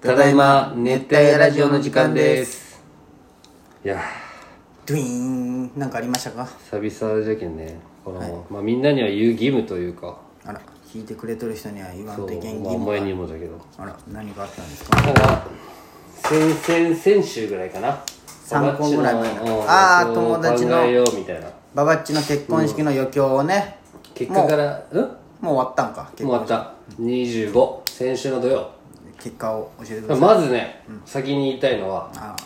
ただいま熱帯夜ラジオの時間ですいやドゥイーンなんかありましたかー久々じゃけんねこの、まあ、みんなには言う義務というかあら聞いてくれとる人には言わんそ、というけん義まあ、お務前にもだけどあら何があったんですかただ先先先週ぐらいかな参考ぐらい前だうんあーそう友達の考えようみたいなババッチの結婚式の余興をね結果からうんももう終わったんかう終結わった25先週の土曜結果を教えてくださまいずね、先に言いたいのはあ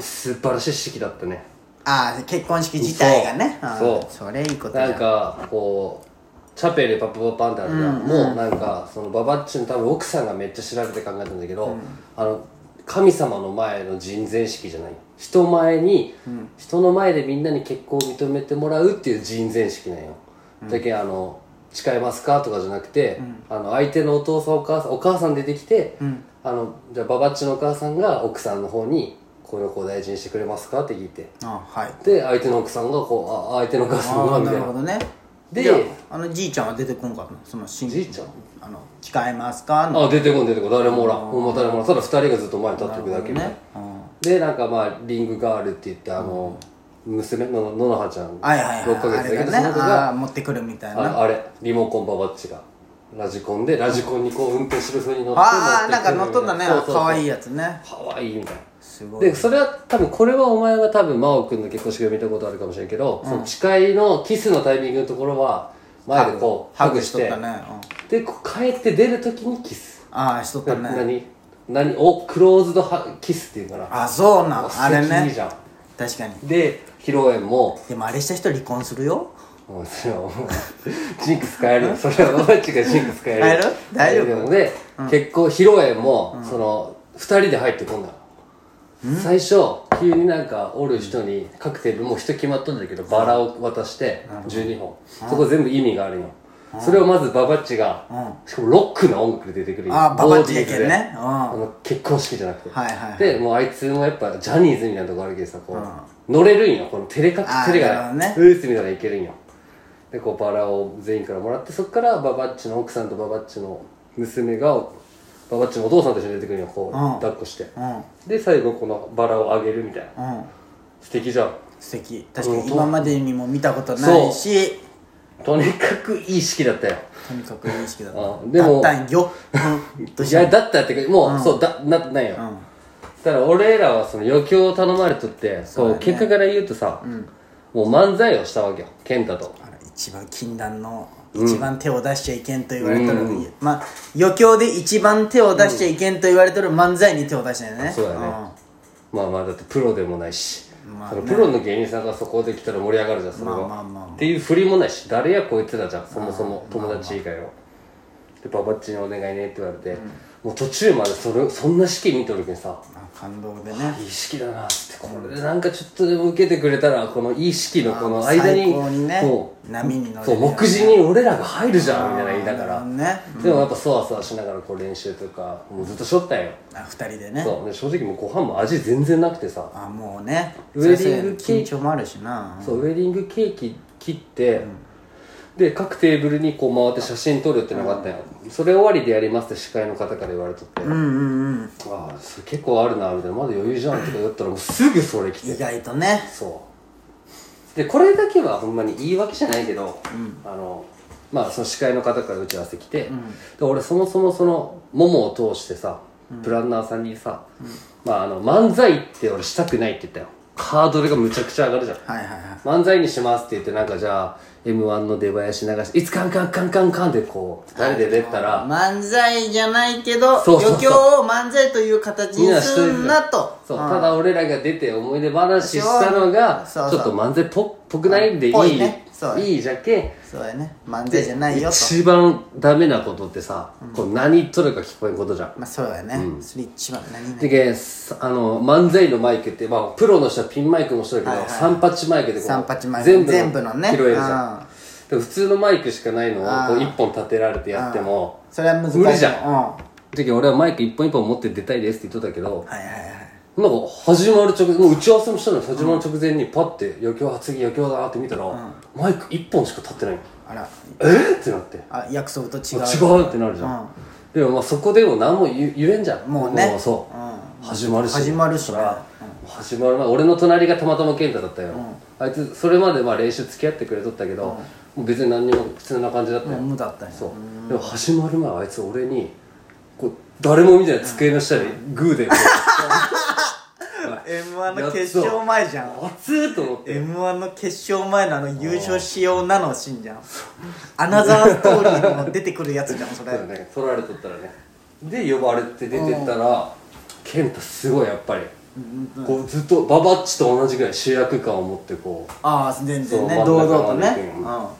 素晴らしい式だったねあー結婚式自体がねそうあーそうそれいいことじゃなんんかこうチャペルパパパパンってあるじゃん、もうなんかそのババッチの多分奥さんがめっちゃ調べて考えたんだけど、あの神様の前の人前式じゃない人前に、人の前でみんなに結婚を認めてもらうっていう人前式なんよ、だけどあの誓いますかとかじゃなくて、あの相手のお父さんお母さんお母さん出てきて、あのじゃあババッチのお母さんが奥さんの方に「この子を大事にしてくれますか?」って聞いてあーはいで相手の奥さんがこうあ相手のお母さんあがあみなたいなるほどねでじゃああのじいちゃんは出てこんかったのその新じいちゃんあの誓いますかのあ出てこん出てこん誰もおらんもう誰もおらんただ2人がずっと前に立ってるだけみたいなねうんでなんかまあリングガールって言ってあの、娘のののはちゃん、はいはいはい6ヶ月あだれけど、がそねの子があー持ってくるみたいなああれリモコンババッチがラジコンでラジコンにこう運転する風に乗ってああ乗ってなんくかる乗っとったねそうそうそう可愛いやつねかわいいみたいなすごいでそれは多分これはお前は多分真央君の結婚式を見たことあるかもしれんけど、その誓いのキスのタイミングのところは前でこうハハググししとってたね、うんでこう帰って出るときにキスああしとったね何何おクローズドハキスっていうからあそうなんあれ素敵ねじゃん確かにで披露宴もでもあれした人離婚するよもうそれはもうジンクス変えるよそれはママッチがジンクス変える変える大丈夫なので、結構披露宴も、その2人で入ってこんだの最初急になんかおる人にカクテルもう人決まっとんだけどバラを渡して12本そこ全部意味があるよそれをまずババッチが、しかもロックな音楽で出てくるよあババッチやけボーディーズでんねうんあの結婚式じゃなくて、はいはいはいでもうあいつもやっぱジャニーズみたいなとこあるけどさこう、乗れるんよこの照れ隠あー照れなるがなほどいねフルーツみたいなのいけるんよでこうバラを全員からもらってそっからババッチの奥さんとババッチの娘がババッチのお父さんと一緒に出てくるんよこう、ん抱っこしてうんうんで最後このバラをあげるみたいな素敵じゃん素敵確かに今までにも見たことなそういしとにかくいい式だったよとにかくいい式だったあでもだったんようんどういしたやだったってかもう、そうだななんよ、だから俺らはその余興を頼まれとってそう、結果から言うとさ、もう漫才をしたわけよ健太と あら一番禁断の一番手を出しちゃいけんと言われとる、まあ余興で一番手を出しちゃいけんと言われとる漫才に手を出したよねそうだねまあまあだってプロでもないし、まあそのプロの芸人さんがそこで来たら盛り上がるじゃんそれは、まあまあまあまあっていう振りもないし誰やこいつらじゃんそもそも友達以外は、でババッチにお願いねって言われて、もう途中までそれそんな式見とるけんさうんまあ感動でねいい式だなっつってこれでなんかちょっとでも受けてくれたらこのいい式のこの間に最高にねそう波に乗れるよねそう目次に俺らが入るじゃんみたいな言いながあら、のねでもやっぱそわそわしながらこう練習とかもうずっとしょったんよ、あ2人でねそうで正直もうご飯も味全然なくてさあもうねウェディングケーキ緊張もあるしなそうウェディングケーキ切って、で各テーブルにこう回って写真撮るってのがあったんよ、それ終わりでやりますって司会の方から言われとって、うんうんうんああそれ結構あるなみたいなまだ余裕じゃんとか言ったらもうすぐそれ来て意外とねそうでこれだけはほんまに言い訳じゃないけど、あのまあその司会の方から打ち合わせ来て、で俺そもそもそのももを通してさプランナーさんにさ、まああの漫才って俺したくないって言ったよハードルがむちゃくちゃ上がるじゃんはいはいはい漫才にしますって言ってなんかじゃあ m 1の出囃子流して「いつカンカンカンカンカン」でこう誰で出たら漫才じゃないけどそうそうそう余興を漫才という形みんになしとすいてんなとそううんただ俺らが出て思い出話したのがちそょうっそうと漫才っぽぽくないんでいいぽいねそういいじゃけんそうやね漫才じゃないよと一番ダメなことってさ、こう何言っとるか聞こえんことじゃんまあそうやね、それ一番何々でけんすあの漫才のマイクって、まあ、プロの人はピンマイクもしてるけど、はいはい三八マイクでこう三八マイク全部全部のね拾えるじゃんうんでも普通のマイクしかないのをあーこう一本立てられてやってもそれは難しい無理じゃんうんはでけん俺はマイク一本一本持って出たいですって言っとったけどいはいはいなんか始まる直前もう打ち合わせもしたのに始まる直前にパッて余興は次余興だなって見たら、マイク一本しか立ってないのあらえっ、ってなってあ約束と違う違うってなるじゃん、でもまあそこでも何も言言えんじゃんもうねそう、うん始まるし始まるしそねら始まる前俺の隣がたまたま健太だったよ、あいつそれまでまあ練習付き合ってくれとったけど、もう別に何にも普通な感じだったよ、もう無だったんやそうでも始まる前あいつ俺にこう誰も見てない机の下でグーでこ m 1の決勝前じゃんう熱っと思って m 1の決勝前のあの優勝しようなのシーンじゃんアナザーストーリーの出てくるやつじゃんそれそうだね取られとったらねで呼ばれて出てったら健太すごいやっぱりこうずっとババッチと同じぐらい主役感を持ってこああ全然ねそう堂々とね真ん中うんまう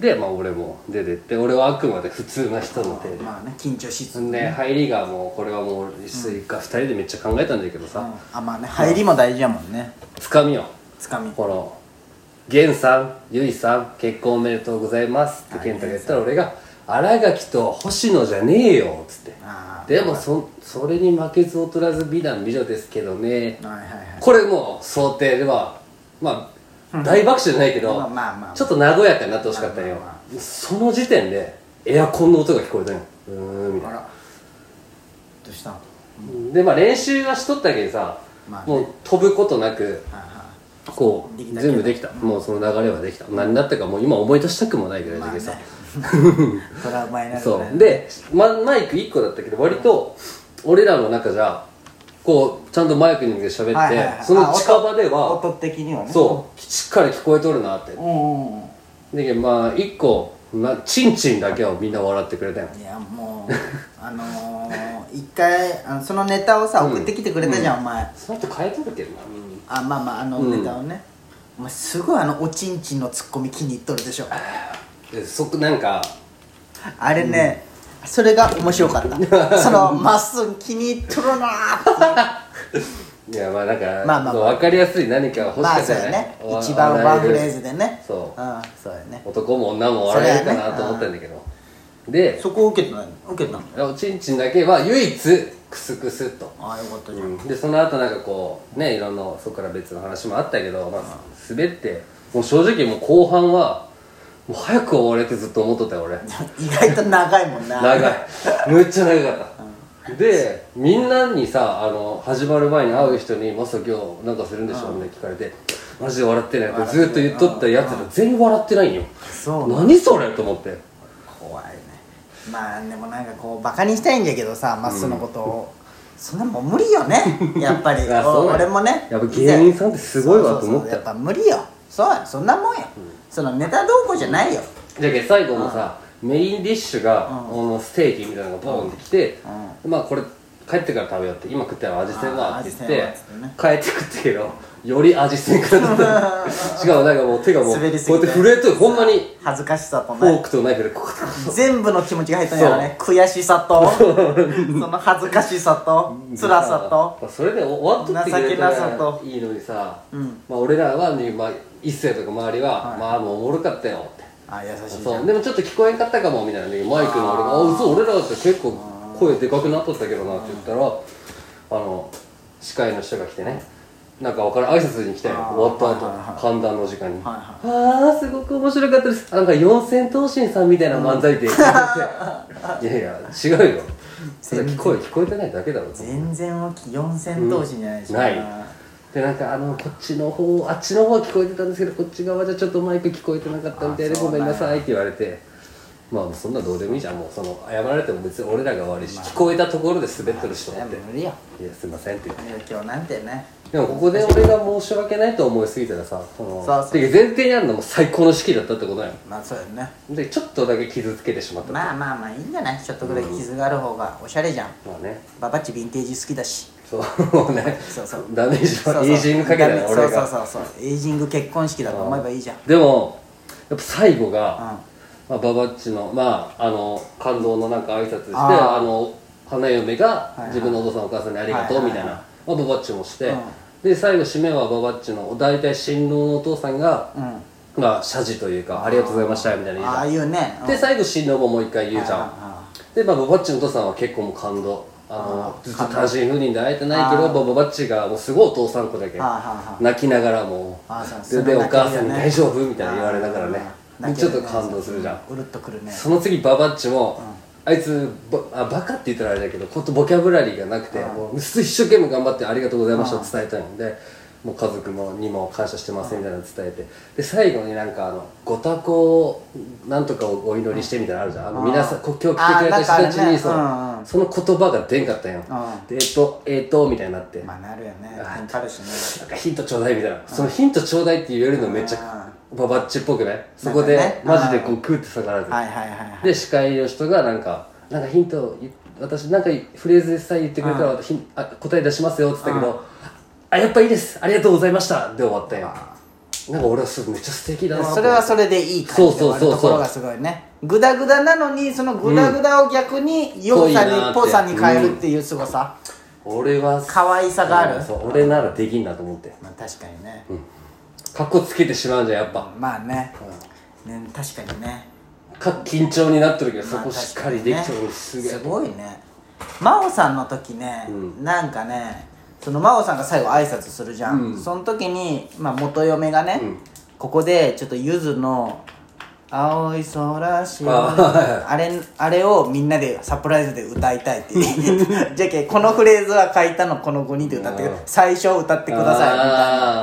でまあ俺も出てって俺はあくまで普通な人の手であね緊張しつつそんで入りがもうこれはもう一回二人でめっちゃ考えたんだけどうさんあまあね入りも大事やもんねつかみをつかみこの「源さんゆいさん結婚おめでとうございます」って健太が言ったら俺が「新垣と星野じゃねえよ」っつってあでもそそれに負けず劣らず美男美女ですけどねあはいはいはいこれもう想定ではまあ大爆笑じゃないけど、まあまあまあちょっと和やかになってほしかったよ、まあまあその時点でエアコンの音が聞こえたようーんみたあいならどうしたのはでまあ練習はしとったけどさ、まあねもう飛ぶことなくいはこうできたけど全部できた、もうその流れはできた何だったかもう今思い出したくもないぐらいだけどさ、いトラウマになるそねうで、ま、マイク1個だったけど割と俺らの中じゃこうちゃんとマイクに向けて喋って、はいはいはいその近場であは音音的にはねそうしっかり聞こえとるなってううんうんうんだけどまあ1個なチンチンだけはみんな笑ってくれたよいやもうあのー、一回あのそのネタをさ送ってきてくれたじゃん、お前その後変えとるけどなみんなあまあまああのネタをね、お前すごいあのおちんちんのツッコミ気に入っとるでしょでそこなんかあれね、それが面白かった そのまっすぐ気に入っとるなーっいてやまあなんか、まあまあまあ分かりやすい何かが欲しまかあっそうたやよねね,お、一番ワンフレーズでねそううん、そうやね男も女も笑えるかなと思ったんだけど、でそこ受けてないの受けてないのおちんちんだけは唯一クスクスっと、ああよかったじゃん、でその後なんかこうねいろんなそこから別の話もあったけど、まあ、滑ってもう正直もう後半はもう早く終われってずっと思っとったよ俺 意外と長いもんな長い むっちゃ長かったでみんなにさあの始まる前に会う人に「まさ今日なんかするんでしょ?」みたいな聞かれて「マジで笑ってない」ってずっと言っとったやつら全員笑ってないんよそう何それと思って怖いねまあでもなんかこうバカにしたいんだけどさまっすーのことを、そんなもん無理 よねやっぱりあそうおだ俺もねやっぱ芸人さんってすごいわと思そうそうっそうたやっぱ無理よそうやそんなもんや、そのネタどうこうじゃないよ、じゃけ最後のさメインディッシュがあのステーキみたいなのがボーンってきてまあこれ帰ってから食べようって今食ったら味せんわって言っあー味せんわてっつってね帰って食ったけどより味せんくなっ たしかもなんかもう手がもうこう滑やりってすぎて震えとるほんまに恥ずかしさとフォーねクとナイフでこう全部の気持ちが入ったんやろね悔しさとその恥ずかしさと辛さとまあそれで終わっとってくれた情けなさらといいのにさ、まあ、俺らは、ねまあ、一世とか周りは、まあもうおもろかったよってあ優しいじゃそんうでもちょっと聞こえんかったかもみたいなんだけどマイクの俺が「あ嘘俺らだって結構声でかくなっとったけどな」って言ったらあの司会の人が来てねなんかわからん挨拶に来たよあー終わった後、はいはいはい寒暖の時間に「はいあーすごく面白かったですなんか四千頭身さんみたいな漫才で」って言 って「いやいや違うよ」それ聞こえ聞こえてないだけだろ全然大きい四千頭身じゃないしないでなんかあのこっちの方あっちの方は聞こえてたんですけどこっち側じゃちょっとマイク聞こえてなかったみたいであごそうなめんんやなさいって言われてまあそんなどうでもいいじゃんもうその謝られても別に俺らが悪いし、聞こえたところで滑ってるしと思って「無理よいやすいません」って言って今日なんてねでもここで俺が申し訳ないと思いすぎたらさそのそうそうてか前提にあるのも最高の式だったってことやまあそうやねんでちょっとだけ傷つけてしまったまあまあまあいいんじゃないちょっとぐらい傷がある方がおしゃれじゃんまあねババッチヴィンテージ好きだしそうねそうそうダメージそうそはうエイジングかけたよ俺がそうそうそうそうエイジング結婚式だと思えばいいじゃんでもやっぱ最後が、まあ、ババッチの,、まあ、あの感動のなんか挨拶してあーあの花嫁がいはい自分のお父さんお母さんにありがとうはいみはいたはいいな、まあ、ババッチもして、うんで最後締めはババッチの大体新郎のお父さんが、うんまあ、謝辞というか「ありがとうございました」みたいな言うじあゃあんいうねうんで最後新郎ももう一回言うじゃん、はいはいはで、まあ、ババッチのお父さんは結構もう感動あのずっと単身赴任で会えてないけどあーババッチがもうすごいお父さん子だけはいはいはい泣きながらもあーそうでそでれお泣けるよね母さんに「大丈夫?」みたいな言われながらあねー泣ちけょっるねと感動するじゃんうるっとくるねその次ババッチもあいつばあバカって言ったらあれだけどことボキャブラリーがなくてもう一生懸命頑張ってありがとうございましたを伝えたいのでもう家族もにも感謝してますみたいなの伝えてで最後になんかあのご多幸をなんとかをお祈りしてみたいなのあるじゃんあの皆さん国境を来てくれた人たちにあそうなんかあるねその言葉が出んかったんよんでえっとえっとみたいになってまあなるよねあテンパるしねなんかヒントちょうだいみたいなそのヒントちょうだいって言えるのめっちゃババッチっぽくないそこでなんかねマジでこうクーって下がらずはいはいはいはいで司会の人がなんか「なんかヒントを言っ私なんかフレーズさえ言ってくれたらひんあ答え出しますよ」っつったけど「あやっぱいいですありがとうございました」で終わったよなんか俺はすごいめっちゃ素敵だなとそれはそれでいい感じで終わるところがすごいねグダグダなのにそのグダグダを逆に良さうんにぽさに変えるっていうすごさ、俺は可愛さがあるそう俺ならできんなと思ってまあ、確かにね、かっこつけてしまうんじゃんやっぱまあね,、ね確かにねか緊張になってるけどそまあこしっか確りにでねきてるのすげえすごいね真央さんの時ね、なんかねその真央さんが最後挨拶するじゃん、その時に、まあ、元嫁がね、ここでちょっとゆずの「青い空しよう」あはあれあれをみんなでサプライズで歌いたいって言って じゃけこのフレーズは書いたのこの5人で歌ってうん最初歌ってくださいみたいな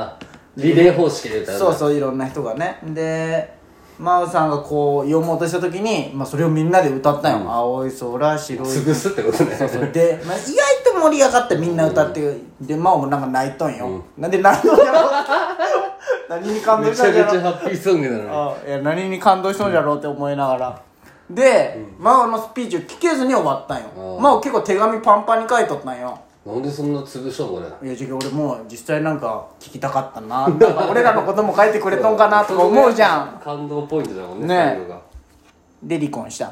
あーリレー方式で歌うそうそういろんな人がねで真央さんがこう読もうとした時に、まあ、それをみんなで歌ったよ「青い空白い潰すってことね空」で、まあ、意外と盛り上がってみんな歌って、で真央もなんか泣いとんよ、なんで泣いとんやろ 何に感 動めしちたゃんじゃめちろゃハッピーソングなのにあいや何に感動しとんじゃろうって思いながらで、真央のスピーチを聞けずに終わったんよあ真央結構手紙パンパンに書いとったんよなんでそんな潰しょうこれいやじゃあ俺もう実際なんか聞きたかったななんか俺らのことも書いてくれとんかなとか思うじゃん感動ポイントだもんねね最後がで離婚した